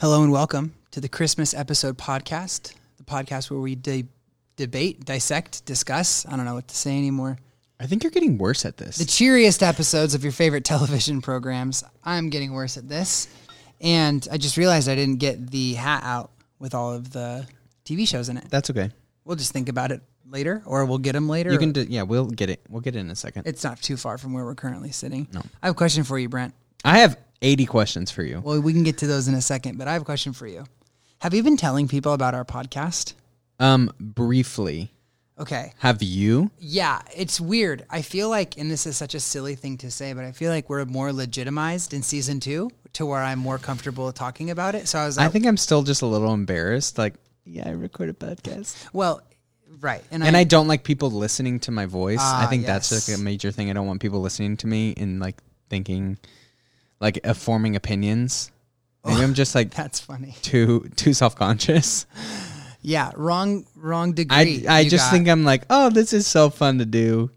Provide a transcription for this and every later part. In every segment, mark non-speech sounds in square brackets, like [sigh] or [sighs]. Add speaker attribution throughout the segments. Speaker 1: Hello and welcome to the Christmas episode podcast, the podcast where we de- debate, dissect, discuss. I don't know what to say anymore.
Speaker 2: I think you're getting worse at this.
Speaker 1: The cheeriest episodes of your favorite [laughs] television programs. I'm getting worse at this. And I just realized I didn't get the hat out with all of the TV shows in it.
Speaker 2: That's okay.
Speaker 1: We'll just think about it later or we'll get them later.
Speaker 2: You can do, yeah, we'll get it. We'll get it in a second.
Speaker 1: it's not too far from where we're currently sitting. No. I have a question for you, Brent.
Speaker 2: I have 80 questions for you.
Speaker 1: Well, we can get to those in a second, but I have a question for you. Have you been telling people about our podcast?
Speaker 2: Um briefly,
Speaker 1: Okay.
Speaker 2: have you?
Speaker 1: Yeah, it's weird. I feel like, and this is such a silly thing to say, but I feel like we're more legitimized in season two to where I'm more comfortable talking about it. So I was like,
Speaker 2: I think I'm still just a little embarrassed like, yeah, I record
Speaker 1: [laughs]
Speaker 2: a podcast.
Speaker 1: well, right.
Speaker 2: And I don't like people listening to my voice. I
Speaker 1: Ah,
Speaker 2: think
Speaker 1: yes.
Speaker 2: that's like a major thing. I don't want people listening to me and like thinking like uh, forming opinions. Maybe I'm just like
Speaker 1: [laughs] that's funny.
Speaker 2: too too self-conscious.
Speaker 1: Yeah, wrong, wrong
Speaker 2: I
Speaker 1: degree.
Speaker 2: I
Speaker 1: you
Speaker 2: just
Speaker 1: got.
Speaker 2: think I'm like, "Oh, this is so fun to do."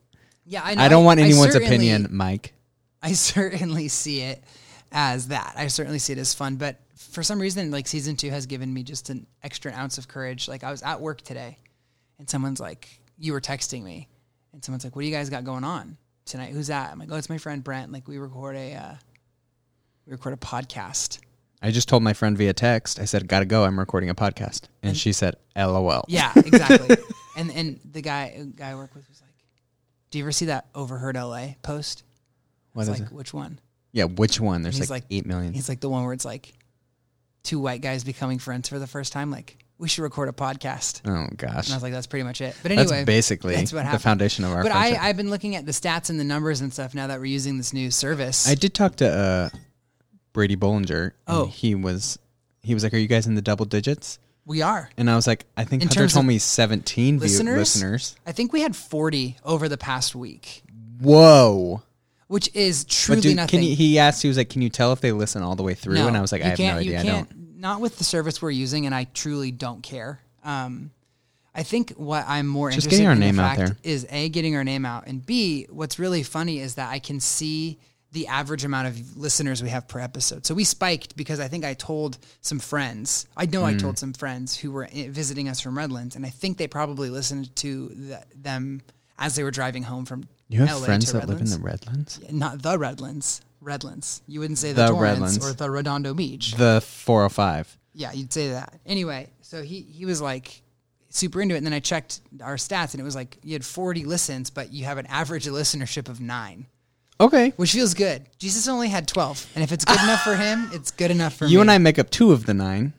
Speaker 1: yeah, I, know.
Speaker 2: I don't want
Speaker 1: I
Speaker 2: anyone's
Speaker 1: certainly-
Speaker 2: opinion, Mike.
Speaker 1: I [laughs] certainly see it as that. I certainly see it as fun, but for some reason, like season two has given me just an extra ounce of courage. Like I was at work today, and someone's like, "You were texting me," and someone's like, "What do you guys got going on tonight? Who's that?" I'm like, "Oh, it's my friend Brent. Like we record a uh, we record a podcast."
Speaker 2: I just told my friend via text. I said, "Gotta go. I'm recording a podcast," and she said, "LOL."
Speaker 1: Yeah,
Speaker 2: [laughs]
Speaker 1: exactly. and and the guy guy I work with was like, "Do you ever see that overheard LA post?" I
Speaker 2: What
Speaker 1: was
Speaker 2: is
Speaker 1: like,
Speaker 2: it?
Speaker 1: "Which one?"
Speaker 2: Yeah. Which one? There's
Speaker 1: He's
Speaker 2: like,
Speaker 1: like-
Speaker 2: eight million.
Speaker 1: He's like the one where it's like two white guys becoming friends for the first time. Like we should record a podcast.
Speaker 2: Oh gosh,
Speaker 1: And I was like, that's pretty much it. But
Speaker 2: that's
Speaker 1: anyway,
Speaker 2: basically
Speaker 1: that's what
Speaker 2: the
Speaker 1: happened.
Speaker 2: foundation of our
Speaker 1: But I,
Speaker 2: friendship.
Speaker 1: I've been looking at the stats and the numbers and stuff now that we're using this new service.
Speaker 2: I, did talk to uh, Brady Bollinger. and
Speaker 1: Oh.
Speaker 2: he was he was like, "Are you guys in the double digits?"
Speaker 1: we are.
Speaker 2: And I was like, "I think
Speaker 1: In
Speaker 2: Hunter
Speaker 1: terms
Speaker 2: told
Speaker 1: of
Speaker 2: me 17 view-
Speaker 1: listeners?
Speaker 2: listeners."
Speaker 1: I think we had 40 over the past week,
Speaker 2: Whoa!
Speaker 1: which is truly
Speaker 2: But do,
Speaker 1: nothing.
Speaker 2: can you, he asked? He was like, "Can you tell if they listen all the way through?"
Speaker 1: No,
Speaker 2: and I was like,
Speaker 1: you
Speaker 2: "I have no
Speaker 1: can't- you
Speaker 2: idea. I
Speaker 1: can't-
Speaker 2: don't."
Speaker 1: Not with the service we're using, and I truly don't care. Um, I think what I'm more
Speaker 2: Just
Speaker 1: interested
Speaker 2: getting our
Speaker 1: in the
Speaker 2: name out
Speaker 1: fact
Speaker 2: there.
Speaker 1: is a getting our name out, and b what's really funny is that I can see the average amount of listeners we have per episode. So we spiked because I think I told some friends. I know I
Speaker 2: Mm.
Speaker 1: told some friends who were i- visiting us from Redlands, and I think they probably listened to the, them as they were driving home from.
Speaker 2: You have
Speaker 1: LA
Speaker 2: friends
Speaker 1: to
Speaker 2: that live in
Speaker 1: Redlands
Speaker 2: the Redlands,
Speaker 1: not the Redlands. Redlands. You wouldn't say the,
Speaker 2: The
Speaker 1: Torrance
Speaker 2: Redlands.
Speaker 1: or the Redondo Beach.
Speaker 2: the 405.
Speaker 1: Yeah, you'd say that. Anyway, so he he was like super into it, and then I checked our stats, and it was like you had 40 listens, but you have an average listenership of nine,
Speaker 2: Okay,
Speaker 1: which feels good. Jesus only had 12, and if it's good enough for
Speaker 2: [laughs]
Speaker 1: him, it's good enough for
Speaker 2: You
Speaker 1: me.
Speaker 2: and I make up two of the nine.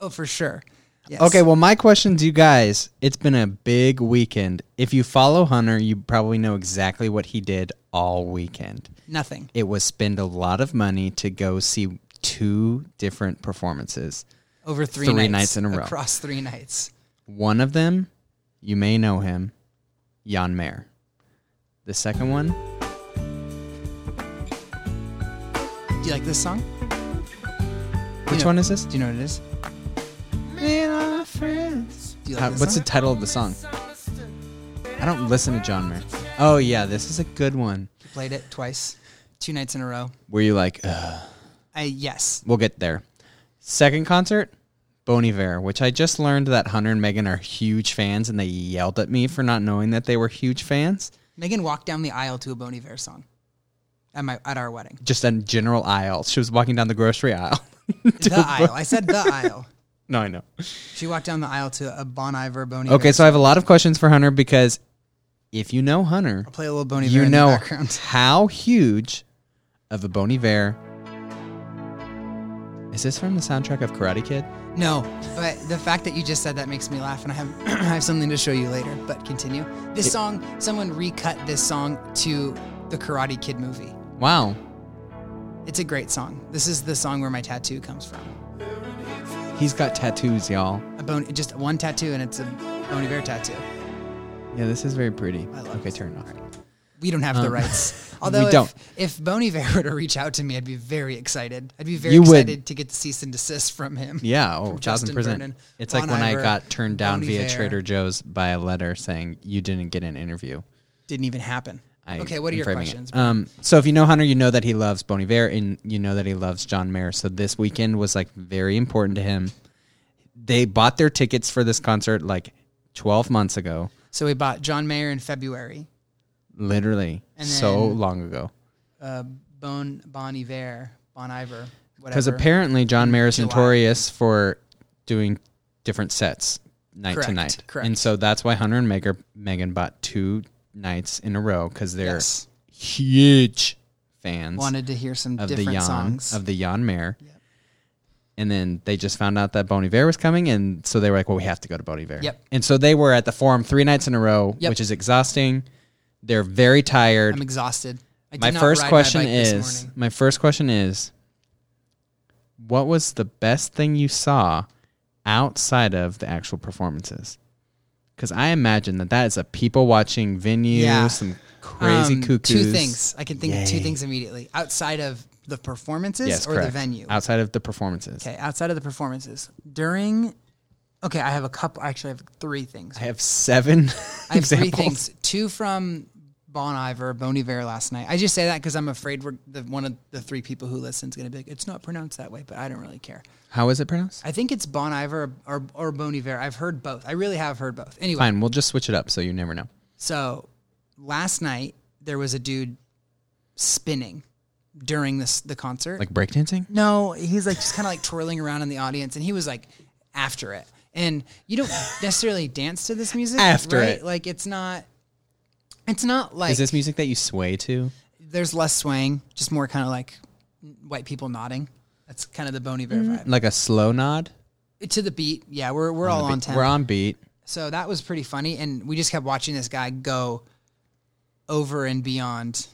Speaker 1: Oh, for sure. Yes.
Speaker 2: Okay, well, my question to you guys it's been a big weekend. If you follow Hunter, you probably know exactly what he did all weekend.
Speaker 1: Nothing.
Speaker 2: It was spend a lot of money to go see two different performances.
Speaker 1: Over three,
Speaker 2: Three
Speaker 1: nights,
Speaker 2: nights in a row.
Speaker 1: Across three nights.
Speaker 2: One of them, you may know him, Jan Mayer. The second one,
Speaker 1: Do you like this song?
Speaker 2: which
Speaker 1: know-
Speaker 2: one is this?
Speaker 1: Do you know what it is? Do you like
Speaker 2: How-
Speaker 1: this
Speaker 2: what's the
Speaker 1: song?
Speaker 2: title of the song? I don't listen to John Mayer. Oh, yeah, this is a good one.
Speaker 1: We Played it twice, two nights in a row.
Speaker 2: Were you like, ugh?
Speaker 1: I yes.
Speaker 2: We'll get there. Second concert, Bon Iver, which I just learned that Hunter and Megan are huge fans, and they yelled at me for not knowing that they were huge fans.
Speaker 1: Megan walked down the aisle to a Bon Iver song at my at our
Speaker 2: [laughs]
Speaker 1: wedding.
Speaker 2: Just in general aisle. She was walking down the
Speaker 1: [laughs]
Speaker 2: grocery aisle.
Speaker 1: The aisle. I said the aisle.
Speaker 2: no, I know.
Speaker 1: She walked down the aisle to a Bon Iver Bon Iver.
Speaker 2: Okay, so I have a lot of questions for Hunter because if you know Hunter,
Speaker 1: I'll play a little Bon Iver
Speaker 2: you
Speaker 1: in the
Speaker 2: know
Speaker 1: background. [laughs]
Speaker 2: how huge of a Bon Iver. Is this from the soundtrack of Karate Kid?
Speaker 1: No, but the fact that you just said that makes me laugh, and I have [clears throat] I have something to show you later. But continue. This song, someone recut this song to the Karate Kid movie.
Speaker 2: Wow.
Speaker 1: It's a great song. This is the song where my tattoo comes from.
Speaker 2: He's got tattoos, y'all.
Speaker 1: A bone, just one tattoo, and it's a Bon Iver tattoo.
Speaker 2: Yeah, this is very pretty.
Speaker 1: I love
Speaker 2: okay,
Speaker 1: this.
Speaker 2: turn it off.
Speaker 1: We don't have the
Speaker 2: [laughs]
Speaker 1: rights. Although if,
Speaker 2: Um, don't.
Speaker 1: if Bon Iver [laughs] were to reach out to me, I'd be very excited. I'd be very
Speaker 2: You would.
Speaker 1: excited to get to cease and desist from him.
Speaker 2: Yeah, oh,
Speaker 1: Justin
Speaker 2: thousand percent.
Speaker 1: Vernon,
Speaker 2: It's
Speaker 1: Bon
Speaker 2: like when
Speaker 1: Iver,
Speaker 2: I got turned down
Speaker 1: Bon
Speaker 2: via
Speaker 1: Iver.
Speaker 2: Trader Joe's by a letter saying you didn't get an interview.
Speaker 1: Didn't even happen.
Speaker 2: I
Speaker 1: Okay, what are
Speaker 2: am
Speaker 1: your
Speaker 2: framing it.
Speaker 1: questions,
Speaker 2: Um, so if you know Hunter, you know that he loves Bon Iver and you know that he loves John Mayer. So this weekend was like very important to him. They bought their tickets for this concert like 12 months ago,
Speaker 1: So we bought John Mayer in February,
Speaker 2: literally
Speaker 1: And
Speaker 2: so
Speaker 1: then-
Speaker 2: long ago.
Speaker 1: uh, Bon Bon Iver, Bon Iver, whatever.
Speaker 2: Because apparently John Mayer is
Speaker 1: July.
Speaker 2: notorious for doing different sets night to
Speaker 1: Correct,
Speaker 2: night.
Speaker 1: correct.
Speaker 2: And so that's why Hunter and Megar, Megan bought two nights in a row because they're
Speaker 1: yes,
Speaker 2: huge fans.
Speaker 1: wanted to hear some
Speaker 2: of the
Speaker 1: different
Speaker 2: Jan
Speaker 1: songs.
Speaker 2: of the Jan Mare. And then they just found out that Bon Iver was coming, and so they were like, "Well, we have to go to Bon Iver."
Speaker 1: Yep.
Speaker 2: And so they were at the Forum three nights in a row,
Speaker 1: Yep.
Speaker 2: which is exhausting. They're very tired.
Speaker 1: I'm exhausted. I did
Speaker 2: my
Speaker 1: not
Speaker 2: first
Speaker 1: ride
Speaker 2: question
Speaker 1: bike this
Speaker 2: is:
Speaker 1: morning.
Speaker 2: My first question is, what was the best thing you saw outside of the actual performances? Because I imagine that that is a people watching venue,
Speaker 1: Yeah.
Speaker 2: some crazy
Speaker 1: Um,
Speaker 2: cuckoos.
Speaker 1: Two things I can think of two
Speaker 2: Yay.
Speaker 1: things immediately outside of the performances
Speaker 2: Yes,
Speaker 1: or
Speaker 2: correct.
Speaker 1: the venue.
Speaker 2: outside of the performances.
Speaker 1: Okay, outside of the performances during. Okay, I have a couple. Actually, I have three things.
Speaker 2: I have seven. [laughs]
Speaker 1: I have three
Speaker 2: examples.
Speaker 1: things. Two from Bon Iver, Bon Iver last night. I just say that because I'm afraid we're the one of the three people who listen is going to be like, it's not pronounced that way, but I don't really care.
Speaker 2: How is it pronounced?
Speaker 1: I think it's Bon Iver or, or Bon Iver. I've heard both. I really have heard both. Anyway,
Speaker 2: Fine, we'll just switch it up so you never know.
Speaker 1: so last night there was a dude spinning during this the concert.
Speaker 2: Like breakdancing?
Speaker 1: No, he's like just kind of like twirling around in the audience, and he was like after it. And you don't necessarily dance to this music
Speaker 2: After
Speaker 1: right?
Speaker 2: it.
Speaker 1: Like it's not, it's not like
Speaker 2: Is this music that you sway to?
Speaker 1: there's less swaying, just more kind of like white people nodding. That's kind of the Bon Iver
Speaker 2: Like a slow nod?
Speaker 1: vibe. To the beat, yeah, we're we're all on tempo.
Speaker 2: We're on beat.
Speaker 1: So that was pretty funny, and we just kept watching this guy go over and beyond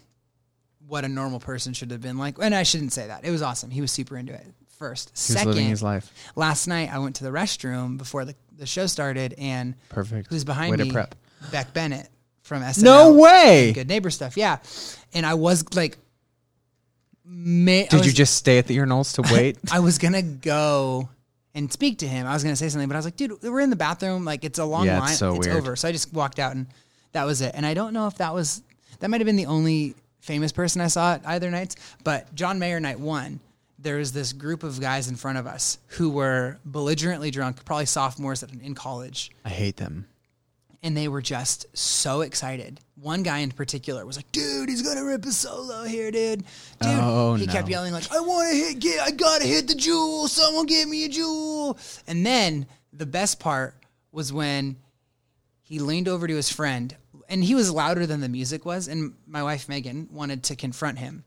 Speaker 1: what a normal person should have been like. And I shouldn't say that. It was awesome. He was super into it. First,
Speaker 2: He was
Speaker 1: second,
Speaker 2: living his life.
Speaker 1: last night I went to the restroom before the, the show started, and
Speaker 2: Perfect.
Speaker 1: who's behind
Speaker 2: Way
Speaker 1: me?
Speaker 2: to prep.
Speaker 1: Beck Bennett from SNL.
Speaker 2: No way!
Speaker 1: Good neighbor stuff. Yeah, and I was like, ma- I
Speaker 2: Did
Speaker 1: was,
Speaker 2: you just stay at the
Speaker 1: [laughs]
Speaker 2: urinals to wait?
Speaker 1: I was gonna go and speak to him. I was gonna say something, but I was like, dude, we're in the bathroom. Like it's a long
Speaker 2: Yeah, it's
Speaker 1: line.
Speaker 2: so weird.
Speaker 1: over. So I just walked out, and that was it. And I don't know if that was that might have been the only famous person I saw at either nights. But John Mayer night one, there was this group of guys in front of us who were belligerently drunk, probably sophomores at- in college
Speaker 2: I hate them.
Speaker 1: and they were just so excited. One guy in particular was like, "Dude, he's gonna rip a solo here, dude!" Dude,
Speaker 2: Oh,
Speaker 1: he kept
Speaker 2: no.
Speaker 1: yelling like, "I want to hit, get, I gotta hit the jewel! Someone give me a jewel!" And then the best part was when he leaned over to his friend, and he was louder than the music was. And my wife Megan wanted to confront him,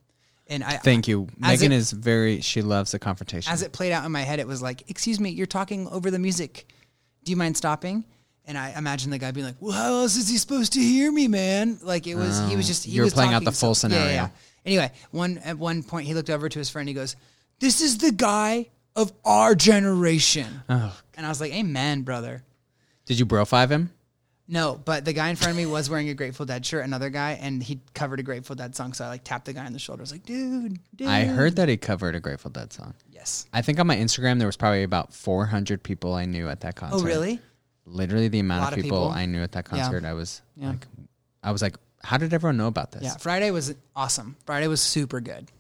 Speaker 1: and I
Speaker 2: Thank you.
Speaker 1: As
Speaker 2: Megan
Speaker 1: it-
Speaker 2: is very, she loves a confrontation.
Speaker 1: as it played out in my head, it was like, "Excuse me, you're talking over the music. Do you mind stopping?" And I imagine the guy being like, "Well, how else is he supposed to hear me, man?" Like it was, he was just he
Speaker 2: Oh, you were
Speaker 1: was
Speaker 2: playing out
Speaker 1: talking
Speaker 2: the full
Speaker 1: so-
Speaker 2: scenario.
Speaker 1: Anyway, one at one point he looked over to his friend. He goes, "This is the guy of our generation,"
Speaker 2: Oh,
Speaker 1: and I was like, "Amen, brother."
Speaker 2: Did you bro five him?
Speaker 1: No, but the guy in front of me was wearing a Grateful Dead shirt, another guy, and he covered a Grateful Dead song. So I like tapped the guy on the shoulder. I was like, dude, dude.
Speaker 2: I heard that he covered a Grateful Dead song.
Speaker 1: Yes.
Speaker 2: I think on my Instagram there was probably about 400 people I knew at that concert.
Speaker 1: Oh, really?
Speaker 2: literally the amount
Speaker 1: lot
Speaker 2: of
Speaker 1: of
Speaker 2: people,
Speaker 1: people.
Speaker 2: I knew at that
Speaker 1: Yeah.
Speaker 2: concert. I was
Speaker 1: Yeah.
Speaker 2: like, I was like, how did everyone know about this?
Speaker 1: Yeah. Friday was awesome. Friday was super good.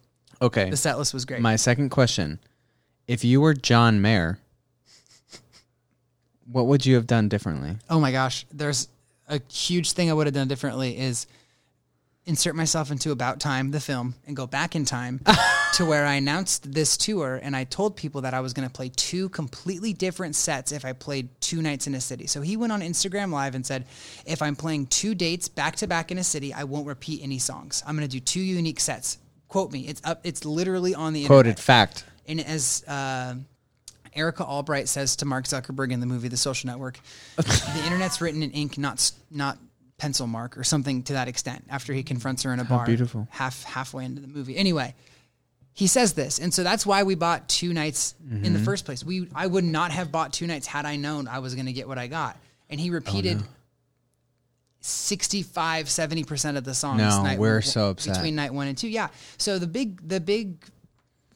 Speaker 2: Okay.
Speaker 1: The set list was great.
Speaker 2: My second question: If you were John Mayer, what would you have done differently?
Speaker 1: oh my gosh, there's a huge thing I would have done differently is insert myself into About Time, the film, and go back in time to where I announced this tour and I told people that I was going to play two completely different sets if I played two nights in a city. So he went on Instagram Live and said, if I'm playing two dates back to back in a city, I won't repeat any songs. I'm going to do two unique sets. Quote me. It's up. It's literally on the internet.
Speaker 2: Quoted fact.
Speaker 1: And as uh, Erica Albright says to Mark Zuckerberg in the movie The Social Network, the internet's written in ink, not s- not pencil mark or something to that extent. After he confronts her in a bar,
Speaker 2: beautiful.
Speaker 1: half halfway into the movie. Anyway, he says this, and so that's why we bought two nights in
Speaker 2: Mm-hmm.
Speaker 1: the first place. We I would not have bought two nights had I known I was going to get what I got. And
Speaker 2: Oh,
Speaker 1: he repeated. 65 70% of the songs
Speaker 2: No,
Speaker 1: night
Speaker 2: we're
Speaker 1: one-
Speaker 2: so upset.
Speaker 1: between night 1 and 2 yeah so the big the big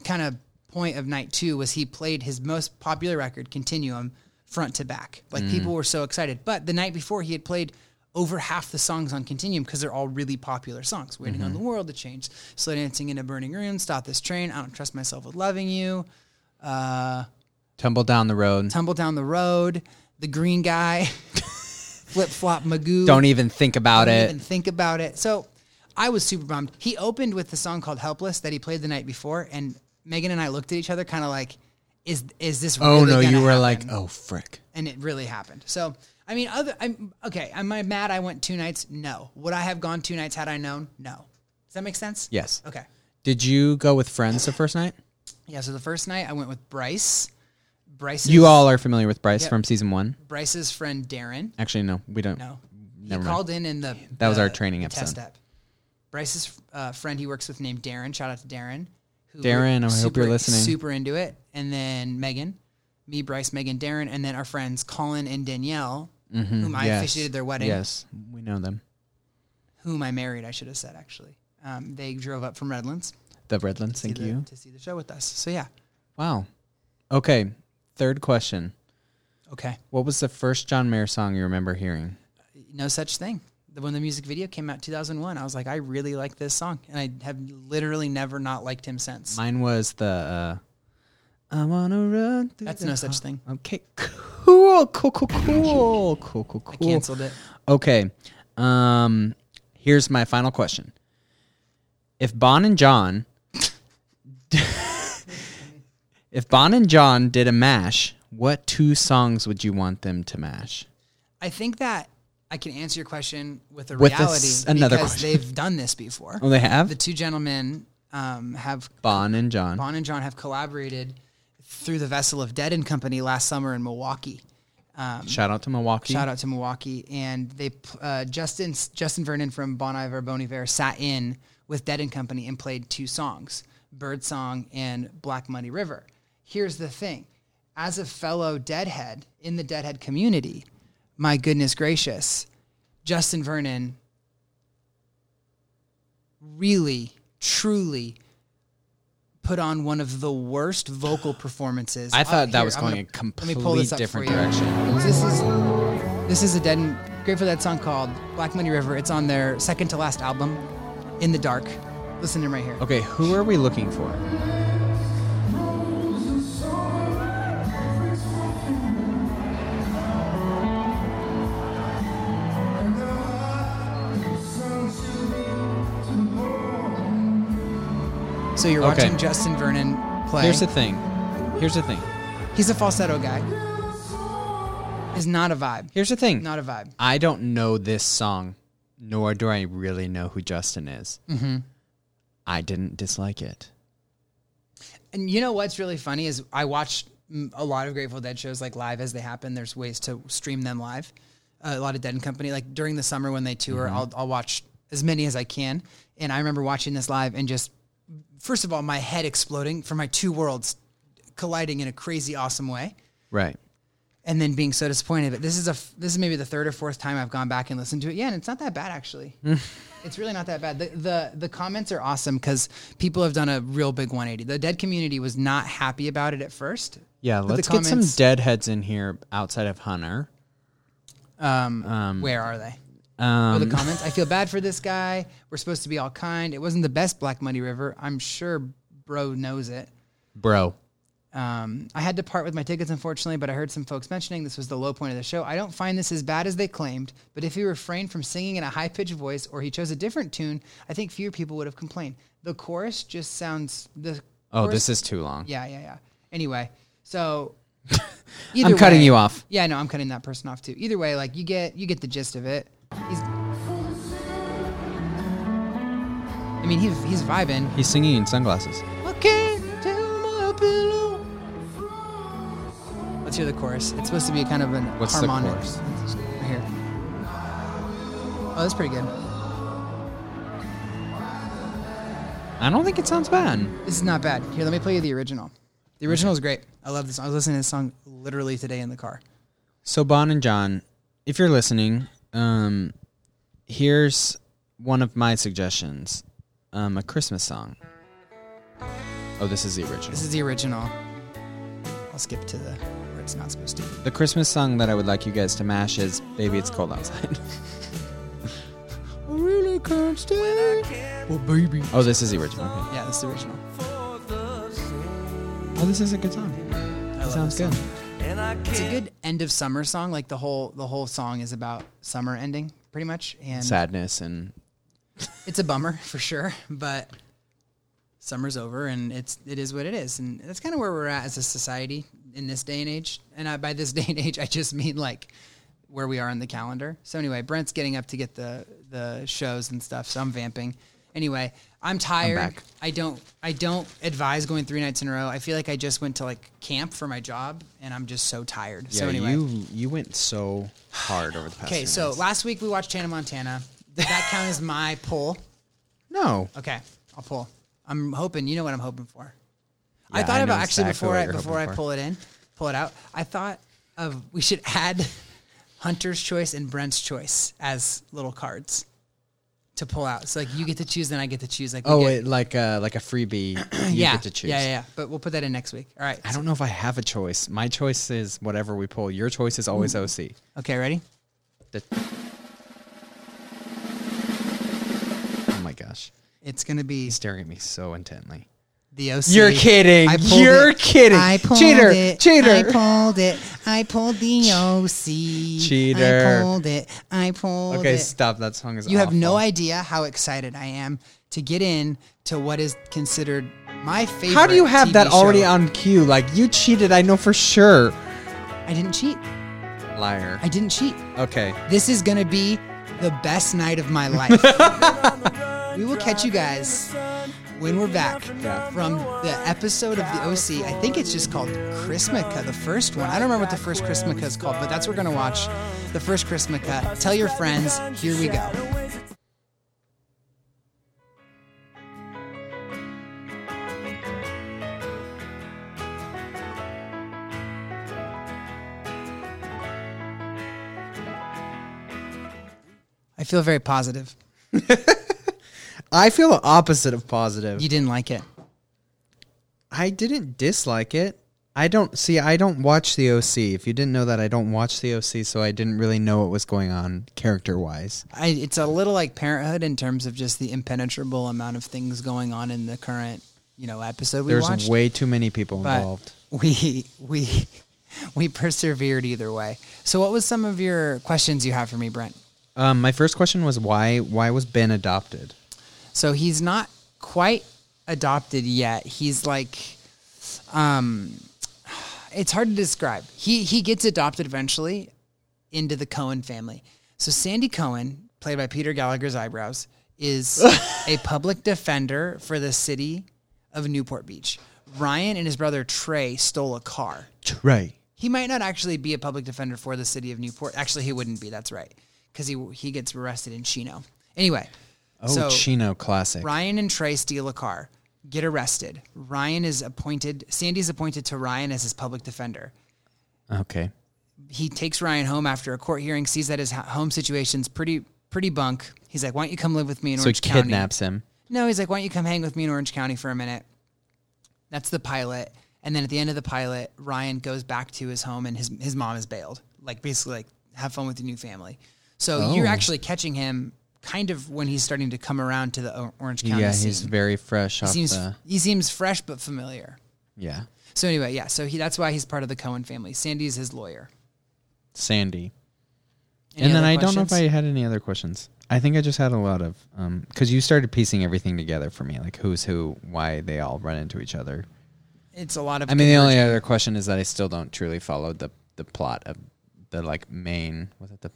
Speaker 1: kind of point of night two was he played his most popular record, Continuum, front to back. Like people were so excited. But the night before, he had played over half the songs on Continuum because they're all really popular songs. Waiting on the World to Change, Slow Dancing in a Burning Room, Stop This Train, I Don't Trust Myself with Loving You, uh,
Speaker 2: Tumble down the road.
Speaker 1: Tumble Down the Road, The Green Guy, [laughs] Flip Flop Magoo.
Speaker 2: Don't even think about
Speaker 1: Don't
Speaker 2: it.
Speaker 1: even think about it. So I was super bummed. He opened with the song called "Helpless" that he played the night before, and Megan and I looked at each other, kind of like, "Is is this?"
Speaker 2: Oh
Speaker 1: really
Speaker 2: no,
Speaker 1: gonna
Speaker 2: you were
Speaker 1: happen?
Speaker 2: like, oh frick.
Speaker 1: and it really happened. So I mean, other I'm okay. Am I mad? I went two nights. No. Would I have gone two nights had I known? No. Does that make sense?
Speaker 2: Yes.
Speaker 1: Okay.
Speaker 2: Did you go with friends the first night?
Speaker 1: Yeah. So the first night I went with Bryce. Bryce's
Speaker 2: You all are familiar with Bryce
Speaker 1: Yep.
Speaker 2: from season one.
Speaker 1: Bryce's friend Darren.
Speaker 2: Actually, no, we don't.
Speaker 1: No.
Speaker 2: Never
Speaker 1: he
Speaker 2: mind.
Speaker 1: called in in the
Speaker 2: That was
Speaker 1: the-
Speaker 2: our training
Speaker 1: the
Speaker 2: episode.
Speaker 1: Test app. Bryce's uh, friend he works with named Darren. Shout out to Darren. Who
Speaker 2: Darren, I hope
Speaker 1: super,
Speaker 2: you're listening.
Speaker 1: Super into it. And then Megan, me, Bryce, Megan, Darren, and then our friends Colin and Danielle, whom I
Speaker 2: Mm-hmm. Yes.
Speaker 1: officiated their wedding,
Speaker 2: Yes, we know them.
Speaker 1: whom I married. I should have said actually. Um, they drove up from Redlands
Speaker 2: The Redlands. Thank
Speaker 1: to, the-
Speaker 2: you.
Speaker 1: to see the show with us. So yeah,
Speaker 2: Wow. Okay. Third question.
Speaker 1: okay,
Speaker 2: What was the first John Mayer song you remember hearing?
Speaker 1: no such thing. The- When the music video came out, two thousand one, I was like, I really like this song, and I have literally never not liked him since.
Speaker 2: Mine was the. Uh, I wanna run. Through
Speaker 1: That's
Speaker 2: the
Speaker 1: no such
Speaker 2: hall.
Speaker 1: thing.
Speaker 2: Okay. Cool. Cool. Cool. Cool. Cool. Cool.
Speaker 1: I
Speaker 2: Cool.
Speaker 1: canceled it.
Speaker 2: Okay. Um. Here's my final question. If Bon and John, [laughs] if Bon and John did a mash, what two songs would you want them to mash?
Speaker 1: I think that I can answer your question with a
Speaker 2: With
Speaker 1: reality
Speaker 2: this- another
Speaker 1: because
Speaker 2: question.
Speaker 1: they've done this before.
Speaker 2: Oh, they have
Speaker 1: The two gentlemen um, have
Speaker 2: Bon and John.
Speaker 1: Bon and John have collaborated through the vessel of Dead and Company last summer in Milwaukee.
Speaker 2: Shout out to Milwaukee.
Speaker 1: Shout out to Milwaukee, and they p- uh, Justin Justin Vernon from Bon Iver Bon Iver sat in with Dead and Company and played two songs, Bird Song and Black Money River. Here's the thing, as a fellow Deadhead in the Deadhead community, my goodness gracious, Justin Vernon really truly put on one of the worst vocal performances.
Speaker 2: I thought
Speaker 1: Uh,
Speaker 2: that
Speaker 1: here,
Speaker 2: was
Speaker 1: I'm
Speaker 2: going
Speaker 1: gonna-
Speaker 2: a
Speaker 1: let me pull
Speaker 2: complete
Speaker 1: this up for
Speaker 2: different
Speaker 1: you.
Speaker 2: direction.
Speaker 1: This is this is a dead and grateful dead song called Black Money River. It's on their second to last album, In the Dark. Listen to him right here.
Speaker 2: Okay, who are we looking for?
Speaker 1: So you're
Speaker 2: Okay.
Speaker 1: watching Justin Vernon play.
Speaker 2: Here's the thing. Here's the thing.
Speaker 1: He's a falsetto guy. Is not a vibe.
Speaker 2: Here's the thing.
Speaker 1: Not a vibe.
Speaker 2: I don't know this song, nor do I really know who Justin is. Mm-hmm. I didn't dislike it.
Speaker 1: And you know what's really funny is I watched mm, a lot of Grateful Dead shows like live as they happen. There's ways to stream them live. Uh, a lot of Dead and Company, like during the summer when they tour, I'll, I'll watch as many as I can. And I remember watching this live and just, first of all, my head exploding from my two worlds colliding in a crazy, awesome way.
Speaker 2: Right.
Speaker 1: And then being so disappointed, but this is a f- this is maybe the third or fourth time I've gone back and listened to it. Yeah, and it's not that bad
Speaker 2: [laughs]
Speaker 1: actually. it's really not that bad. The the, the comments are awesome because people have done a real big 180. The dead community was not happy about it at first.
Speaker 2: Yeah,
Speaker 1: but the
Speaker 2: let's get some
Speaker 1: comments-
Speaker 2: deadheads in here outside of Hunter.
Speaker 1: Where are they?
Speaker 2: Um,
Speaker 1: Or the comments.
Speaker 2: [laughs]
Speaker 1: I feel bad for this guy. We're supposed to be all kind. It wasn't the best Black Muddy River. I'm sure bro knows it.
Speaker 2: bro.
Speaker 1: Um, I had to part with my tickets, unfortunately, but I heard some folks mentioning this was the low point of the show. I don't find this as bad as they claimed, but if he refrained from singing in a high pitched voice or he chose a different tune, I think fewer people would have complained. The chorus just sounds the
Speaker 2: Oh,
Speaker 1: chorus-
Speaker 2: this is too long.
Speaker 1: yeah, yeah, yeah. Anyway,
Speaker 2: [laughs]
Speaker 1: so
Speaker 2: I'm
Speaker 1: either
Speaker 2: cutting
Speaker 1: way-
Speaker 2: you off.
Speaker 1: Yeah, no, I'm cutting that person off too. Either way, like you get you get the gist of it. He's, I mean, he's he's vibing.
Speaker 2: He's singing in sunglasses.
Speaker 1: Okay, my pillow. Let's hear the chorus. It's supposed to be kind of an
Speaker 2: What's the
Speaker 1: harmonic.
Speaker 2: chorus?
Speaker 1: Right here. Oh, that's pretty good.
Speaker 2: I don't think it sounds bad.
Speaker 1: This is not bad. Here, let me play you the original. The original is great. I love this. song. I was listening to this song literally today in the car.
Speaker 2: So Bon and John, if you're listening, um, here's one of my suggestions: um, a Christmas song. Oh, this is the original.
Speaker 1: This is the original. I'll skip to the where it's not supposed to. be.
Speaker 2: the Christmas song that I would like you guys to mash is "Baby It's Cold Outside." [laughs] the courage to. Well, baby. Oh, this is the original. Okay.
Speaker 1: Yeah, that's the original.
Speaker 2: Oh, this is a good song. That sounds good.
Speaker 1: It's a good end of summer song. Like the whole the whole song is about summer ending, pretty much. And
Speaker 2: Sadness and
Speaker 1: it's a bummer for sure, but summer's over and it's it is what it is, and that's kind of where we're at as a society in this day and age. And I, by this [laughs] day and age, I just mean like where we are in the calendar. So anyway, Brent's getting up to get the the shows and stuff, so I'm vamping. Anyway, I'm tired.
Speaker 2: back.
Speaker 1: I don't I don't advise going three nights in a row. I feel like I just went to like camp for my job, and I'm just so tired. so
Speaker 2: Yeah,
Speaker 1: anyway,
Speaker 2: you you went so hard over the past.
Speaker 1: Okay,
Speaker 2: few
Speaker 1: so
Speaker 2: minutes.
Speaker 1: last week we watched Hannah Montana. Did that count as my pull?
Speaker 2: no,
Speaker 1: Okay, I'll pull. I'm hoping. You know what I'm hoping for. I
Speaker 2: Yeah,
Speaker 1: thought
Speaker 2: I know
Speaker 1: about actually
Speaker 2: exactly
Speaker 1: before
Speaker 2: what
Speaker 1: I
Speaker 2: you're
Speaker 1: before I
Speaker 2: hoping for.
Speaker 1: pull it in, pull it out. I thought of we should add [laughs] Hunter's choice and Brent's choice as little cards to pull out. So like you get to choose, then I get to choose. Like we
Speaker 2: oh,
Speaker 1: get-
Speaker 2: it, like uh, like
Speaker 1: [clears throat]
Speaker 2: a freebie. You
Speaker 1: yeah,
Speaker 2: get to choose.
Speaker 1: yeah, yeah, yeah. But we'll put that in next week. All right.
Speaker 2: I don't know if I have a choice. My choice is whatever we pull. Your choice is always
Speaker 1: Mm.
Speaker 2: OC.
Speaker 1: Okay, ready?
Speaker 2: The- oh my gosh,
Speaker 1: It's gonna be
Speaker 2: he's staring at me so intently.
Speaker 1: the OC.
Speaker 2: You're kidding.
Speaker 1: I pulled
Speaker 2: You're
Speaker 1: it.
Speaker 2: kidding.
Speaker 1: I pulled
Speaker 2: Cheater.
Speaker 1: It.
Speaker 2: Cheater.
Speaker 1: I pulled it. I pulled the OC.
Speaker 2: Cheater.
Speaker 1: I pulled it. I pulled
Speaker 2: Okay,
Speaker 1: it.
Speaker 2: stop. That song is.
Speaker 1: you have no
Speaker 2: awful.
Speaker 1: idea how excited I am to get in to what is considered my favorite.
Speaker 2: How do you have
Speaker 1: TV
Speaker 2: that already
Speaker 1: show.
Speaker 2: on cue? Like you cheated. I know for sure.
Speaker 1: I didn't cheat.
Speaker 2: Liar.
Speaker 1: I didn't cheat.
Speaker 2: Okay.
Speaker 1: This is gonna be the best night of my
Speaker 2: [laughs]
Speaker 1: life. we will catch you guys when we're back
Speaker 2: Yeah.
Speaker 1: from the episode of the OC. I think it's just called Chrismica, the first one. I don't remember what the first Chrismica is called, but that's what we're gonna watch. The first Chrismica. Tell your friends. Here we go. I feel very positive.
Speaker 2: I feel the opposite of positive.
Speaker 1: You didn't like it.
Speaker 2: I didn't dislike it. I don't see. I don't watch the OC. If you didn't know that, I don't watch the OC, so I didn't really know what was going on character wise.
Speaker 1: I, it's a little like Parenthood in terms of just the impenetrable amount of things going on in the current, you know, episode we
Speaker 2: There's
Speaker 1: watched.
Speaker 2: way too many people
Speaker 1: but
Speaker 2: involved.
Speaker 1: we we [laughs] we persevered either way. So, what was some of your questions you have for me, Brent?
Speaker 2: Um, my first question was why? Why was Ben adopted?
Speaker 1: So he's not quite adopted yet. He's like, um, it's hard to describe. He he gets adopted eventually into the Cohen family. So Sandy Cohen, played by Peter Gallagher's eyebrows, is a public defender for the city of Newport Beach. Ryan and his brother Trey stole a car
Speaker 2: Trey.
Speaker 1: he might not actually be a public defender for the city of Newport. Actually, he wouldn't be. That's right, because he he gets arrested in Chino. Anyway,
Speaker 2: Oh,
Speaker 1: so
Speaker 2: Chino classic.
Speaker 1: Ryan and Trey steal a car, get arrested. Ryan is appointed. Sandy's appointed to Ryan as his public defender.
Speaker 2: Okay.
Speaker 1: He takes Ryan home after a court hearing. Sees that his ho- home situation's pretty pretty bunk. He's like, "Why don't you come live with me in
Speaker 2: So he
Speaker 1: Orange County?"
Speaker 2: kidnaps him.
Speaker 1: No, he's like, why don't you come hang with me in Orange County for a minute? That's the pilot. And then at the end of the pilot, Ryan goes back to his home and his, his mom is bailed. Like, basically, like, have fun with your new family. So you're
Speaker 2: Oh.
Speaker 1: actually catching him kind of when he's starting to come around to the O- Orange County
Speaker 2: Yeah,
Speaker 1: scene.
Speaker 2: he's very fresh off
Speaker 1: he, seems,
Speaker 2: the.
Speaker 1: he seems fresh but familiar.
Speaker 2: Yeah,
Speaker 1: So anyway, yeah, so he that's why he's part of the Cohen family. Sandy's his lawyer.
Speaker 2: Sandy.
Speaker 1: Any
Speaker 2: and then
Speaker 1: other
Speaker 2: I don't know if
Speaker 1: questions?
Speaker 2: I had any other questions. I think I just had a lot of um because you started piecing everything together for me, like who's who, why they all run into each other.
Speaker 1: It's a lot of.
Speaker 2: I mean, the only
Speaker 1: divergent-
Speaker 2: other question is that I still don't truly follow the the plot of the like main was it the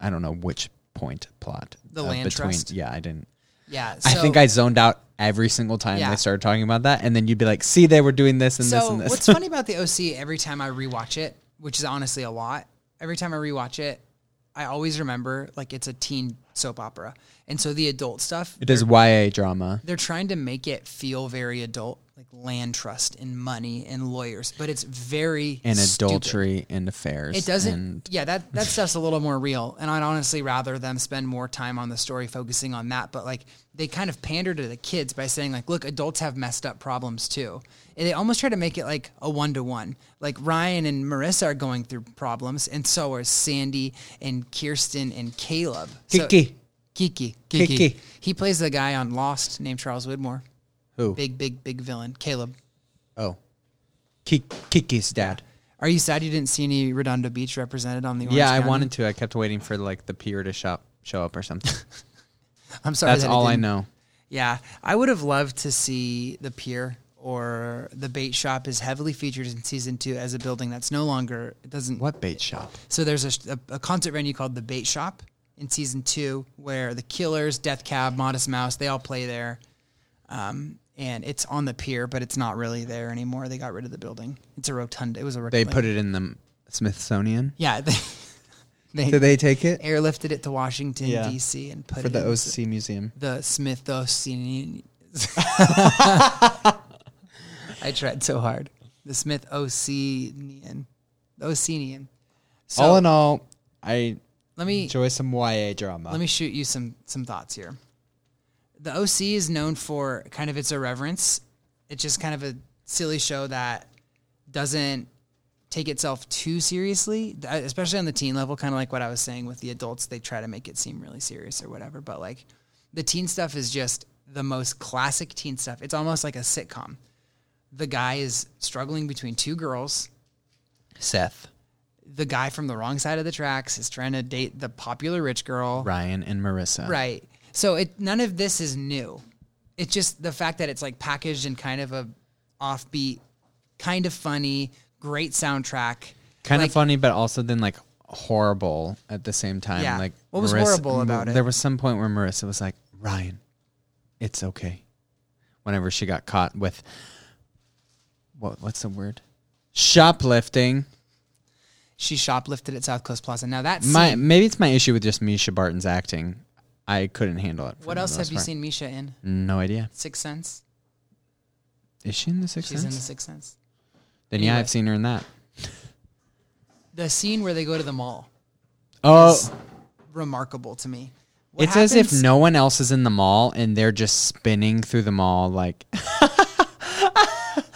Speaker 2: I don't know which point plot
Speaker 1: The
Speaker 2: uh,
Speaker 1: land trust?
Speaker 2: Yeah, I didn't.
Speaker 1: yeah.
Speaker 2: I
Speaker 1: so-
Speaker 2: think I zoned out every single time
Speaker 1: Yeah.
Speaker 2: they started talking about that, and then you'd be like, "See, they were doing this and this
Speaker 1: So
Speaker 2: and this."
Speaker 1: what's funny about the OC? Every time I rewatch it, which is honestly a lot, every time I rewatch it, I always remember like it's a teen soap opera, and so the adult stuff
Speaker 2: it is YA drama.
Speaker 1: they're trying to make it feel very adult, like land trust and money and lawyers, but it's very
Speaker 2: and
Speaker 1: stupid.
Speaker 2: adultery and affairs.
Speaker 1: It doesn't.
Speaker 2: and-
Speaker 1: yeah, that that stuff's a little more real, and I'd honestly rather them spend more time on the story focusing on that. But like, they kind of pander to the kids by saying like, "Look, adults have messed up problems too." And they almost try to make it like a one to one. Like Ryan and Marissa are going through problems, and so are Sandy and Kirsten and Caleb. So-
Speaker 2: Kiki.
Speaker 1: Kiki. Kiki.
Speaker 2: Kiki.
Speaker 1: He plays the guy on Lost named Charles Widmore.
Speaker 2: Who?
Speaker 1: Big, big, big villain. Caleb.
Speaker 2: Oh, Ki- Kiki's dad.
Speaker 1: Are you sad you didn't see any Redondo Beach represented on the Orange
Speaker 2: yeah, I
Speaker 1: County?
Speaker 2: wanted to. I kept waiting for like the pier to show show up
Speaker 1: [laughs]
Speaker 2: or something.
Speaker 1: I'm sorry.
Speaker 2: That's
Speaker 1: that
Speaker 2: all I
Speaker 1: didn't-
Speaker 2: know.
Speaker 1: Yeah, I would have loved to see the pier or the bait shop is heavily featured in season two as a building that's no longer it doesn't.
Speaker 2: What bait shop?
Speaker 1: So there's a, sh- a, a concert venue called the Bait Shop in season two where the Killers, Death Cab, Modest Mouse they all play there, um, and it's on the pier, but it's not really there anymore. They got rid of the building. It's a rotunda. It was a rotunda.
Speaker 2: They put it in the Smithsonian.
Speaker 1: yeah. [laughs] They, they,
Speaker 2: Did they take it
Speaker 1: airlifted it to Washington
Speaker 2: Yeah.
Speaker 1: D.C. and put
Speaker 2: for
Speaker 1: it
Speaker 2: the
Speaker 1: in
Speaker 2: OC museum?
Speaker 1: the
Speaker 2: [laughs]
Speaker 1: Smithsonian. I tried so hard. The Smith Oceanian. Oceanian. So
Speaker 2: all in all, I
Speaker 1: let me
Speaker 2: enjoy some YA drama.
Speaker 1: let me shoot you some some thoughts here. The OC is known for kind of its irreverence. It's just kind of a silly show that doesn't take itself too seriously, th- especially on the teen level. Kind of like what I was saying with the adults, they try to make it seem really serious or whatever. But like the teen stuff is just the most classic teen stuff. It's almost like a sitcom. The guy is struggling between two girls
Speaker 2: Seth,
Speaker 1: the guy from the wrong side of the tracks is trying to date the popular rich girl. Right.
Speaker 2: Ryan, and Marissa.
Speaker 1: So it none of this is new. It's just the fact that it's like packaged in kind of a offbeat, kind of funny, great soundtrack.
Speaker 2: Kind
Speaker 1: Like,
Speaker 2: of funny, but also then like horrible at the same time.
Speaker 1: Yeah.
Speaker 2: Like
Speaker 1: What was horrible about it?
Speaker 2: There was some point where Marissa was like, "Ryan, it's okay." Whenever she got caught with what? What's the word? Shoplifting.
Speaker 1: She shoplifted at South Coast Plaza. Now that's
Speaker 2: My maybe it's my issue with just Misha Barton's acting. I couldn't handle it. for
Speaker 1: what
Speaker 2: the
Speaker 1: else have
Speaker 2: most
Speaker 1: you
Speaker 2: part.
Speaker 1: seen Misha in?
Speaker 2: No idea.
Speaker 1: Sixth Sense.
Speaker 2: Is she in the Sixth
Speaker 1: She's in the
Speaker 2: Sense?
Speaker 1: Sixth Sense.
Speaker 2: Then yeah,
Speaker 1: anyway.
Speaker 2: I've seen her in that.
Speaker 1: The scene where they go to the mall
Speaker 2: Oh,
Speaker 1: is remarkable to me. What
Speaker 2: it's as if
Speaker 1: happens-
Speaker 2: no one else is in the mall and they're just spinning through the mall like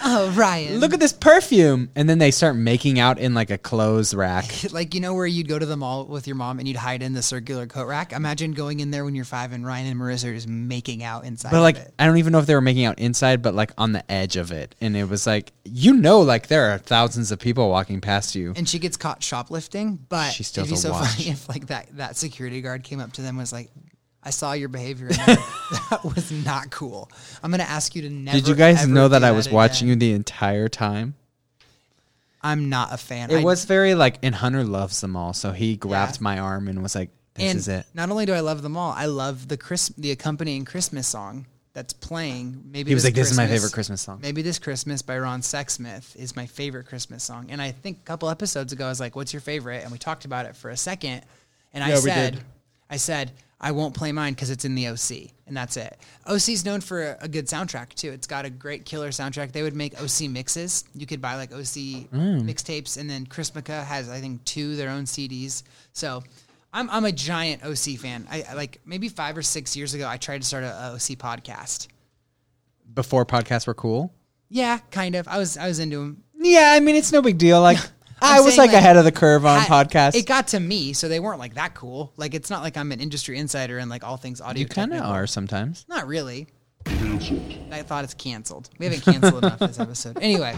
Speaker 1: Oh, Ryan.
Speaker 2: look at this perfume and then they start making out in like a clothes
Speaker 1: [laughs]
Speaker 2: rack
Speaker 1: like you know where you'd go to the mall with your mom and you'd hide in the circular coat rack. Imagine going in there when you're five and Ryan and Marissa are just making out inside.
Speaker 2: but
Speaker 1: of
Speaker 2: like
Speaker 1: it.
Speaker 2: i don't even know if they were making out inside but like on the edge of it and it was like you know like there are thousands of people walking past you
Speaker 1: and she gets caught shoplifting, but
Speaker 2: She steals
Speaker 1: it'd be
Speaker 2: a
Speaker 1: so
Speaker 2: watch.
Speaker 1: funny if like that that security guard came up to them and was like, "I saw your behavior. And
Speaker 2: [laughs]
Speaker 1: that, that was not cool. I'm gonna ask you to never."
Speaker 2: did you guys
Speaker 1: ever
Speaker 2: know that
Speaker 1: do
Speaker 2: i was watching
Speaker 1: again."
Speaker 2: you the entire time
Speaker 1: I'm not a fan.
Speaker 2: it
Speaker 1: I-
Speaker 2: was very like and hunter loves them all so he grabbed
Speaker 1: Yeah.
Speaker 2: my arm and was like this
Speaker 1: and
Speaker 2: is it
Speaker 1: Not only do I love them all, I love the Chris the accompanying Christmas song that's playing. Maybe
Speaker 2: he was
Speaker 1: this
Speaker 2: like this is my
Speaker 1: Christmas.
Speaker 2: favorite christmas song
Speaker 1: Maybe This Christmas by Ron Sexsmith is my favorite Christmas song. And I think a couple episodes ago, I was like, what's your favorite? And we talked about it for a second. And I
Speaker 2: Yeah, we
Speaker 1: said,
Speaker 2: did.
Speaker 1: I said, I won't play mine because it's in the OC. And that's it. OC's known for a, a good soundtrack, too. It's got a great killer soundtrack. They would make OC mixes. You could buy like OC
Speaker 2: Mm.
Speaker 1: mixtapes. And then Chrismica has, I think, two their own CDs. So. I'm, I'm a giant OC fan. I I, like maybe five or six years ago, I tried to start a a OC podcast.
Speaker 2: before podcasts were cool
Speaker 1: Yeah, kind of. I was I was into him.
Speaker 2: Yeah, I mean it's no big deal. Like I
Speaker 1: [laughs] I'm
Speaker 2: was
Speaker 1: saying,
Speaker 2: like,
Speaker 1: like,
Speaker 2: ahead of the curve on
Speaker 1: I-
Speaker 2: podcasts.
Speaker 1: It got to me, so they weren't like that cool. Like it's not like I'm an industry insider and like all things audio.
Speaker 2: you kind of
Speaker 1: technical.
Speaker 2: are sometimes.
Speaker 1: Not really. Canceled. I thought it's canceled. We haven't canceled enough this
Speaker 2: [laughs]
Speaker 1: episode. Anyway,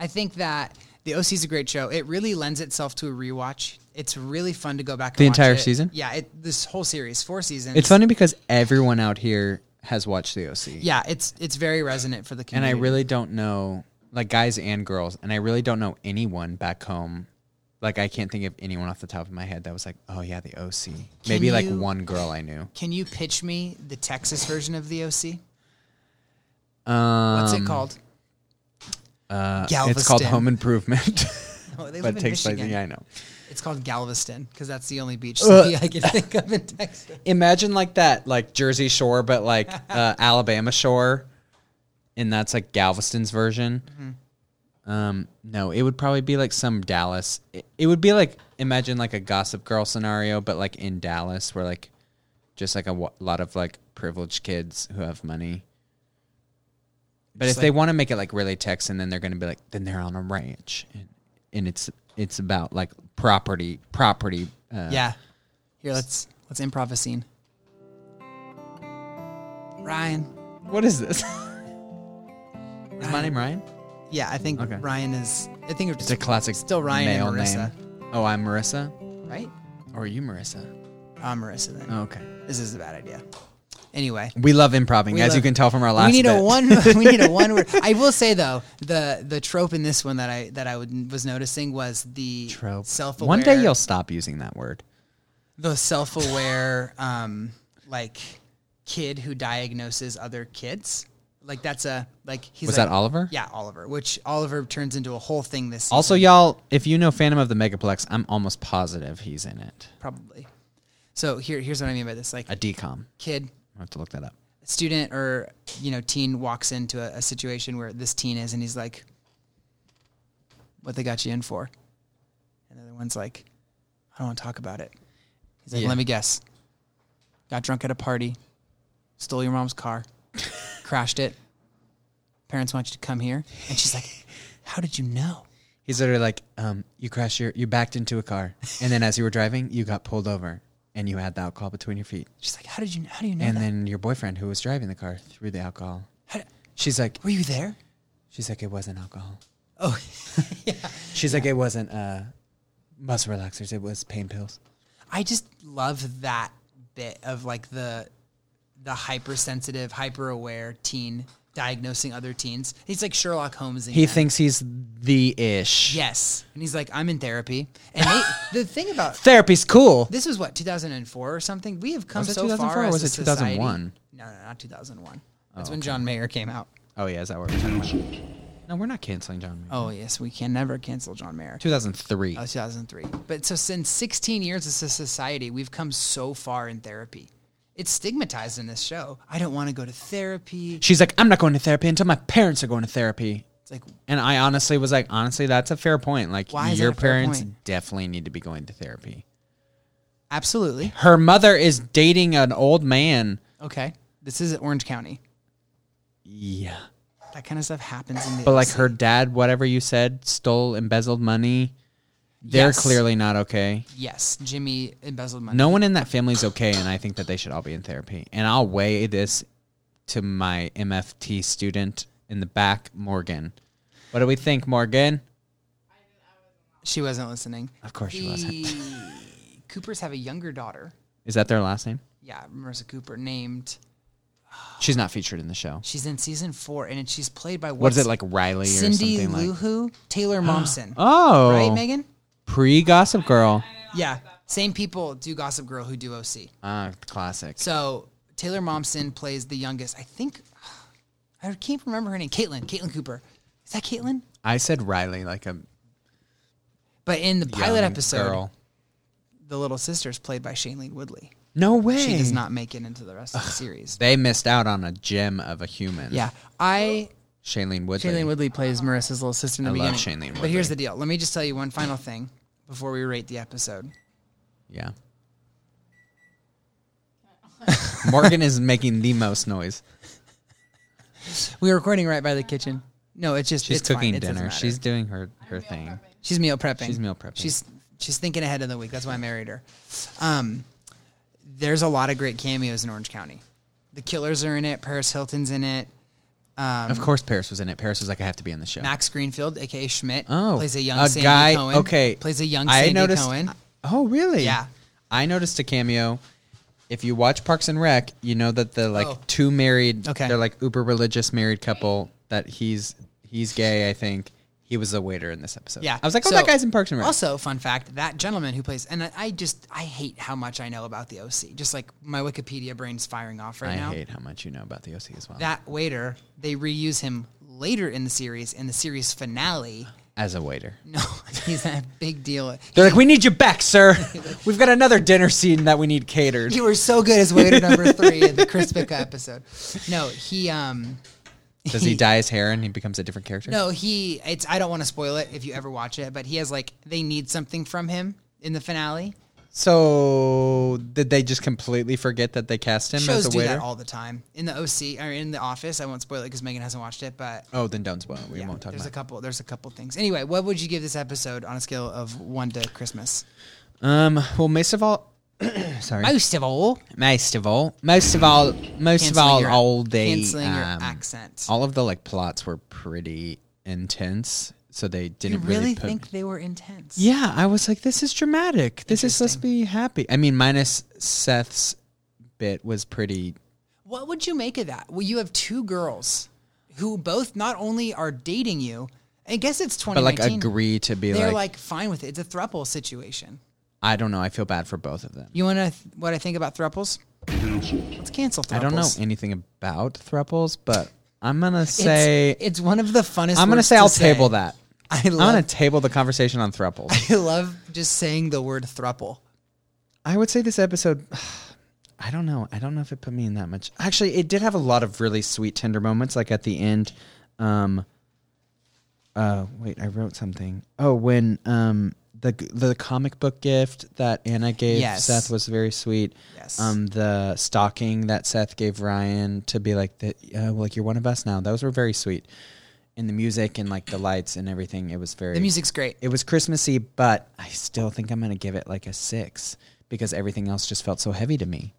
Speaker 1: I think that the OC is a great show. It really lends itself to a rewatch. It's really fun to go back.
Speaker 2: The
Speaker 1: and watch
Speaker 2: entire
Speaker 1: it.
Speaker 2: season?
Speaker 1: Yeah, it, this whole series, four seasons.
Speaker 2: It's funny because everyone out here has watched the OC,
Speaker 1: Yeah, it's it's very resonant for the
Speaker 2: and I
Speaker 1: community.
Speaker 2: really don't know, like guys and girls, and I really don't know anyone back home. Like I can't think of anyone off the top of my head that was like, oh yeah, the OC. Maybe like
Speaker 1: you-
Speaker 2: one girl I knew.
Speaker 1: can you pitch me the Texas version of the OC?
Speaker 2: Um,
Speaker 1: What's it called?
Speaker 2: Uh, It's called
Speaker 1: Galveston.
Speaker 2: Home Improvement,
Speaker 1: Oh,
Speaker 2: [laughs]
Speaker 1: they live
Speaker 2: but it
Speaker 1: in
Speaker 2: takes place.
Speaker 1: Michigan.
Speaker 2: Yeah, I Uh, know.
Speaker 1: It's called Galveston because that's the only beach
Speaker 2: Ugh.
Speaker 1: city I can think of
Speaker 2: [laughs]
Speaker 1: in Texas.
Speaker 2: Imagine like that, like Jersey Shore, but like uh, Alabama Shore, and that's like Galveston's version. Um, no, it would probably be like some Dallas. It, it would be like imagine like a Gossip Girl scenario, but like in Dallas, where like just like a w- lot of like privileged kids who have money. But
Speaker 1: Just
Speaker 2: if they want to make it like really Texan, then they're going to be like, then they're on a ranch, and, and it's it's about like property, property. Uh,
Speaker 1: Yeah. Here, let's Let's improv a scene. Ryan.
Speaker 2: What is this? [laughs] is my name Ryan?
Speaker 1: Yeah, I think
Speaker 2: Okay.
Speaker 1: Ryan is. I think it's,
Speaker 2: It's a classic
Speaker 1: Still Ryan and
Speaker 2: male
Speaker 1: Marissa.
Speaker 2: name. Oh, I'm Marissa?
Speaker 1: right.
Speaker 2: Or are you Marissa?
Speaker 1: I'm Marissa. Then
Speaker 2: Oh, okay.
Speaker 1: this is a bad idea. Anyway,
Speaker 2: We love improving,
Speaker 1: We
Speaker 2: as you
Speaker 1: love-
Speaker 2: can tell from our last
Speaker 1: we need a
Speaker 2: bit.
Speaker 1: one. we need a
Speaker 2: [laughs]
Speaker 1: one word. I will say though, the the trope in this one that I that I would, was noticing was the
Speaker 2: trope.
Speaker 1: self-aware.
Speaker 2: One day you'll stop using that word.
Speaker 1: the self-aware um like kid who diagnoses other kids. Like that's a like he's
Speaker 2: Was
Speaker 1: like-
Speaker 2: that Oliver?
Speaker 1: Yeah, Oliver. Which Oliver turns into a whole thing this season.
Speaker 2: Also, y'all, if you know Phantom of the Megaplex, I'm almost positive he's in it.
Speaker 1: probably. So here here's what I mean by this. Like
Speaker 2: A decom.
Speaker 1: kid
Speaker 2: I have to look that up.
Speaker 1: student or you know teen walks into a, a situation where this teen is and he's like what they got you in for and the other one's like i don't want to talk about it he's like
Speaker 2: Yeah.
Speaker 1: let me guess got drunk at a party stole your mom's car [laughs] crashed it parents want you to come here and she's like how did you know
Speaker 2: He's literally like, um, you crashed your, you backed into
Speaker 1: [laughs]
Speaker 2: a car, and then as you were driving, you got pulled over, and you had the alcohol between your feet,
Speaker 1: she's like how did you how do you know
Speaker 2: and
Speaker 1: that?
Speaker 2: then your boyfriend who was driving the car threw the alcohol.
Speaker 1: How d-
Speaker 2: She's like,
Speaker 1: were you there
Speaker 2: she's like, it wasn't alcohol. [laughs]
Speaker 1: oh
Speaker 2: She's like, it wasn't uh, muscle relaxers. It was pain pills.
Speaker 1: I just love that bit of like the the hypersensitive, hyper aware teen diagnosing other teens. He's like Sherlock Holmes.
Speaker 2: He thinks he's the ish.
Speaker 1: yes, and he's like, I'm in therapy. And
Speaker 2: [laughs]
Speaker 1: they, the thing about
Speaker 2: Therapy's cool.
Speaker 1: this was what 2004 or something. We have come
Speaker 2: Was it
Speaker 1: so
Speaker 2: 2004
Speaker 1: far.
Speaker 2: or
Speaker 1: as
Speaker 2: was
Speaker 1: a
Speaker 2: it 2001?
Speaker 1: society- No, no, not 2001. That's when John Mayer came out.
Speaker 2: Oh yeah, is that where we're talking about? No, we're not canceling John. Mayer.
Speaker 1: Oh yes, we can never cancel John Mayer.
Speaker 2: 2003.
Speaker 1: Oh, 2003. But so since 16 years as a society, we've come so far in therapy. It's stigmatized in this show. I don't want to go to therapy.
Speaker 2: She's like, I'm not going to therapy until my parents are going to therapy.
Speaker 1: It's like,
Speaker 2: And I honestly was like, honestly, that's a fair point. Like,
Speaker 1: Why is that
Speaker 2: your
Speaker 1: a fair
Speaker 2: parents
Speaker 1: point?
Speaker 2: definitely need to be going to therapy.
Speaker 1: absolutely.
Speaker 2: Her mother is dating an old man.
Speaker 1: Okay. This is at Orange County.
Speaker 2: Yeah.
Speaker 1: That kind of stuff happens in the.
Speaker 2: But like her dad, whatever you said, stole embezzled money. They're
Speaker 1: Yes.
Speaker 2: clearly not okay.
Speaker 1: Yes, Jimmy embezzled money.
Speaker 2: No one in that family's okay, and I think that they should all be in therapy. And I'll weigh this to my MFT student in the back, Morgan. What do we think, Morgan?
Speaker 1: She wasn't listening.
Speaker 2: Of course she wasn't.
Speaker 1: The Coopers have a younger daughter.
Speaker 2: Is that their last name?
Speaker 1: Yeah, Marissa Cooper, named.
Speaker 2: She's not featured in the show.
Speaker 1: She's in season four, and she's played by
Speaker 2: What is
Speaker 1: what's-
Speaker 2: it like, Riley or
Speaker 1: Cindy
Speaker 2: something
Speaker 1: Lou
Speaker 2: like?
Speaker 1: Who,
Speaker 2: [gasps]
Speaker 1: Taylor Momsen.
Speaker 2: Oh,
Speaker 1: Right, Megan?
Speaker 2: pre Gossip Girl.
Speaker 1: Yeah, same people do Gossip Girl who do OC.
Speaker 2: Ah, classic.
Speaker 1: So Taylor Momsen plays the youngest. I think [sighs] I can't remember her name. Caitlin. Caitlin Cooper. Is that Caitlin?
Speaker 2: I said Riley like a
Speaker 1: But in the pilot
Speaker 2: young
Speaker 1: episode,
Speaker 2: Girl.
Speaker 1: the little sister is played by Shailene Woodley.
Speaker 2: No way.
Speaker 1: She does not make it into the rest of the series.
Speaker 2: They missed out on a gem of a human.
Speaker 1: Yeah, I
Speaker 2: Shailene Woodley.
Speaker 1: Shailene Woodley plays Marissa's little sister in the
Speaker 2: I
Speaker 1: beginning.
Speaker 2: love Shailene
Speaker 1: But here's
Speaker 2: Woodley.
Speaker 1: the deal. Let me just tell you one final thing before we rate the episode.
Speaker 2: Yeah. Morgan is making the most noise.
Speaker 1: We were recording right by the kitchen. No, it's just
Speaker 2: She's
Speaker 1: it's fine.
Speaker 2: cooking
Speaker 1: It doesn't
Speaker 2: dinner.
Speaker 1: matter.
Speaker 2: She's doing her, her thing.
Speaker 1: She's meal prepping.
Speaker 2: She's meal prepping.
Speaker 1: She's she's thinking ahead of the week. That's why I married her. Um, there's a lot of great cameos in Orange County. The Killers are in it. Paris Hilton's in it.
Speaker 2: Of course, Paris was in it. Paris was like, I have to be on the show.
Speaker 1: Max Greenfield, aka Schmidt,
Speaker 2: oh,
Speaker 1: plays a young
Speaker 2: a
Speaker 1: Sandy
Speaker 2: guy.
Speaker 1: Cohen.
Speaker 2: Okay,
Speaker 1: plays a young Sandy
Speaker 2: I noticed,
Speaker 1: Cohen.
Speaker 2: Oh, really?
Speaker 1: Yeah.
Speaker 2: I noticed a cameo. If you watch Parks and Rec, you know that the like
Speaker 1: Oh.
Speaker 2: two married,
Speaker 1: Okay.
Speaker 2: they're like uber religious married couple. That he's he's gay. I think he was a waiter in this episode.
Speaker 1: Yeah,
Speaker 2: I was like, oh,
Speaker 1: So-
Speaker 2: that guy's in Parks and Rec.
Speaker 1: Also, fun fact: that gentleman who plays, and I, I just I hate how much I know about the OC. Just like my Wikipedia brain's firing off right
Speaker 2: I
Speaker 1: now.
Speaker 2: hate how much you know about the OC as well.
Speaker 1: That waiter, they reuse him later in the series in the series finale.
Speaker 2: as a waiter.
Speaker 1: [laughs] No, he's a big deal.
Speaker 2: They're like, we need you
Speaker 1: [laughs]
Speaker 2: back, sir. We've got another dinner scene that we need catered.
Speaker 1: You were so good as waiter
Speaker 2: [laughs]
Speaker 1: number three in the Chris Bica episode. No, he um
Speaker 2: Does
Speaker 1: [laughs]
Speaker 2: he dye his hair and he becomes a different character?
Speaker 1: no he it's I don't want to spoil it if you ever watch it, but he has like they need something from him in the finale.
Speaker 2: So did they just completely forget that they cast him
Speaker 1: Shows
Speaker 2: as a
Speaker 1: do
Speaker 2: waiter?
Speaker 1: that all the time in the OC or in the Office. I won't spoil it because Megan hasn't watched it, but
Speaker 2: oh, then don't spoil. it. We
Speaker 1: yeah,
Speaker 2: won't talk
Speaker 1: there's
Speaker 2: about.
Speaker 1: a couple there's a couple things. Anyway, what would you give this episode on a scale of one to Christmas?
Speaker 2: it. um. Well, most of all, Sorry.
Speaker 1: Most of all,
Speaker 2: Most of all, most of all, most of
Speaker 1: canceling
Speaker 2: all,
Speaker 1: your-
Speaker 2: all the
Speaker 1: canceling your
Speaker 2: um,
Speaker 1: accent.
Speaker 2: all of the like plots were pretty intense, so they
Speaker 1: You
Speaker 2: didn't
Speaker 1: really,
Speaker 2: put-
Speaker 1: think they were intense?
Speaker 2: Yeah, I was like, this is dramatic. This is let's be happy. I mean, minus Seth's bit was pretty.
Speaker 1: What would you make of that? Well, you have two girls who both not only are dating you, I guess it's
Speaker 2: But like
Speaker 1: 2019.
Speaker 2: agree to be
Speaker 1: they're
Speaker 2: like,
Speaker 1: like, fine with it. It's a thruple situation.
Speaker 2: I don't know. I feel bad for both of them.
Speaker 1: You want to th- what I think about thruples? Let's cancel thruples.
Speaker 2: I don't know anything about thruples, but I'm gonna
Speaker 1: It's,
Speaker 2: say
Speaker 1: it's one of the funnest.
Speaker 2: I'm gonna
Speaker 1: words
Speaker 2: say
Speaker 1: to
Speaker 2: I'll table that.
Speaker 1: I
Speaker 2: I'm gonna
Speaker 1: love. [laughs]
Speaker 2: table the conversation on thruples.
Speaker 1: I love just saying the word thruple.
Speaker 2: I would say this episode. [sighs] I don't know. I don't know if it put me in that much. Actually, it did have a lot of really sweet, tender moments. Like at the end, um, uh, wait, I wrote something. Oh, when um the the comic book gift that Anna gave
Speaker 1: Yes.
Speaker 2: Seth was very sweet.
Speaker 1: Yes.
Speaker 2: Um, the stocking that Seth gave Ryan to be like that. Uh, like you're one of us now. Those were very sweet. And the music and like the lights and everything. It was very
Speaker 1: The music's great.
Speaker 2: it was Christmassy, but I still think I'm gonna give it like a six because everything else just felt so heavy to me.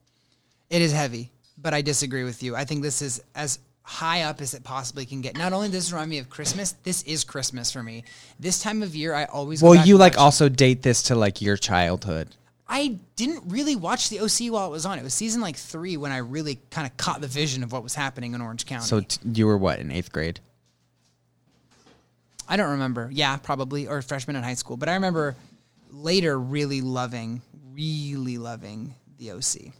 Speaker 1: It is heavy, but I disagree with you. I think this is as high up as it possibly can get. Not only does this remind me of Christmas, this is Christmas for me. This time of year, I always go
Speaker 2: Well,
Speaker 1: back
Speaker 2: you
Speaker 1: and
Speaker 2: like
Speaker 1: watch-
Speaker 2: also date this to like your childhood.
Speaker 1: I didn't really watch the OC while it was on. It was season like three when I really kind of caught the vision of what was happening in Orange County.
Speaker 2: So t- you were what in eighth grade?
Speaker 1: I don't remember. Yeah, probably or freshman in high school, but I remember later really loving, really loving the OC.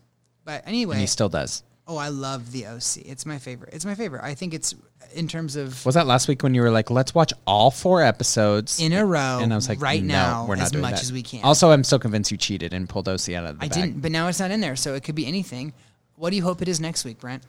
Speaker 1: But anyway,
Speaker 2: And he still does.
Speaker 1: oh, I love the OC. It's my favorite. It's my favorite. I think it's in terms of
Speaker 2: Was that last week when you were like, "Let's watch all four episodes
Speaker 1: in a row
Speaker 2: And I was like,
Speaker 1: right
Speaker 2: "No,
Speaker 1: now
Speaker 2: we're not
Speaker 1: as
Speaker 2: doing
Speaker 1: much
Speaker 2: that."
Speaker 1: as we can.
Speaker 2: Also, I'm still convinced you cheated and pulled OC out of the
Speaker 1: I
Speaker 2: bag.
Speaker 1: didn't, but now it's not in there, so it could be anything. What do you hope it is next week, Brent?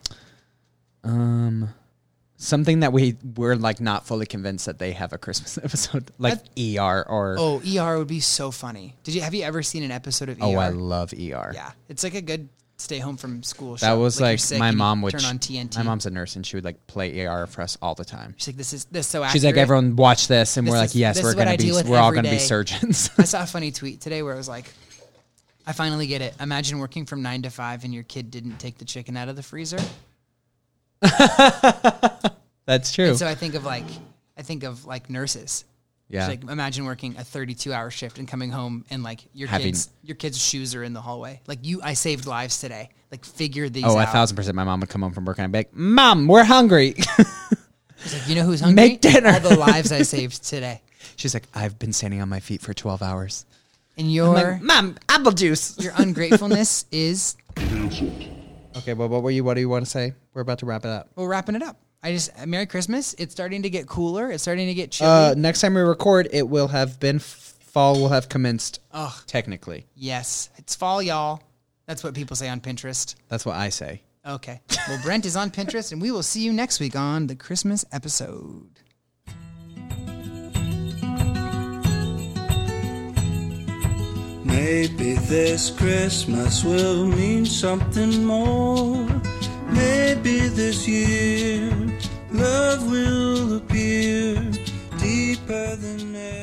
Speaker 2: Something that we were like not fully convinced that they have a Christmas [laughs] episode, like ER or oh,
Speaker 1: Oh, ER would be so funny. Did you have you ever seen an episode of ER?
Speaker 2: Oh, I love ER.
Speaker 1: yeah, it's like a good stay home from school.
Speaker 2: That
Speaker 1: show.
Speaker 2: was
Speaker 1: you're
Speaker 2: like,
Speaker 1: sick
Speaker 2: my
Speaker 1: and you
Speaker 2: mom would
Speaker 1: turn
Speaker 2: sh-
Speaker 1: on TNT.
Speaker 2: My mom's a nurse and she would like play AR for us all the time.
Speaker 1: She's like, this is this is so.
Speaker 2: She's like,
Speaker 1: accurate.
Speaker 2: everyone watch this, and
Speaker 1: This
Speaker 2: we're
Speaker 1: is-
Speaker 2: like, yes,
Speaker 1: this
Speaker 2: we're
Speaker 1: is what I
Speaker 2: gonna be,
Speaker 1: deal with
Speaker 2: we're all
Speaker 1: every
Speaker 2: gonna be
Speaker 1: day."
Speaker 2: [laughs] surgeons.
Speaker 1: I saw a funny tweet today where it was like, I finally get it. Imagine working from nine to five and your kid didn't take the chicken out of the freezer.
Speaker 2: That's true.
Speaker 1: And so I think of like, I think of like nurses.
Speaker 2: yeah,
Speaker 1: It's like imagine working a 32 hour shift and coming home and like your
Speaker 2: Having-
Speaker 1: kids your kids shoes are in the hallway. Like you I saved lives today. Like figure these
Speaker 2: oh, a
Speaker 1: out.
Speaker 2: thousand percent. My mom would come home from work and I'd be like, "Mom, we're hungry." [laughs]
Speaker 1: It's like, you know who's hungry?
Speaker 2: Make dinner.
Speaker 1: All the lives I saved today.
Speaker 2: She's like, "I've been standing on my feet for twelve hours."
Speaker 1: And your
Speaker 2: [laughs] I'm like, Mom, apple juice.
Speaker 1: your ungratefulness is
Speaker 2: [laughs] Okay, well, what were you? What do you want to say? We're about to wrap it up.
Speaker 1: we're wrapping it up. I just Merry Christmas. It's starting to get cooler. It's starting to get chilly.
Speaker 2: Uh, next time we record, it will have been f- fall. Will have commenced.
Speaker 1: Ugh.
Speaker 2: Technically,
Speaker 1: yes. It's fall, y'all. That's what people say on Pinterest.
Speaker 2: that's what I say.
Speaker 1: Okay. Well, Brent is on Pinterest, and we will see you next week on the Christmas episode.
Speaker 3: Maybe this Christmas will mean something more. Maybe this year love will appear deeper than ever.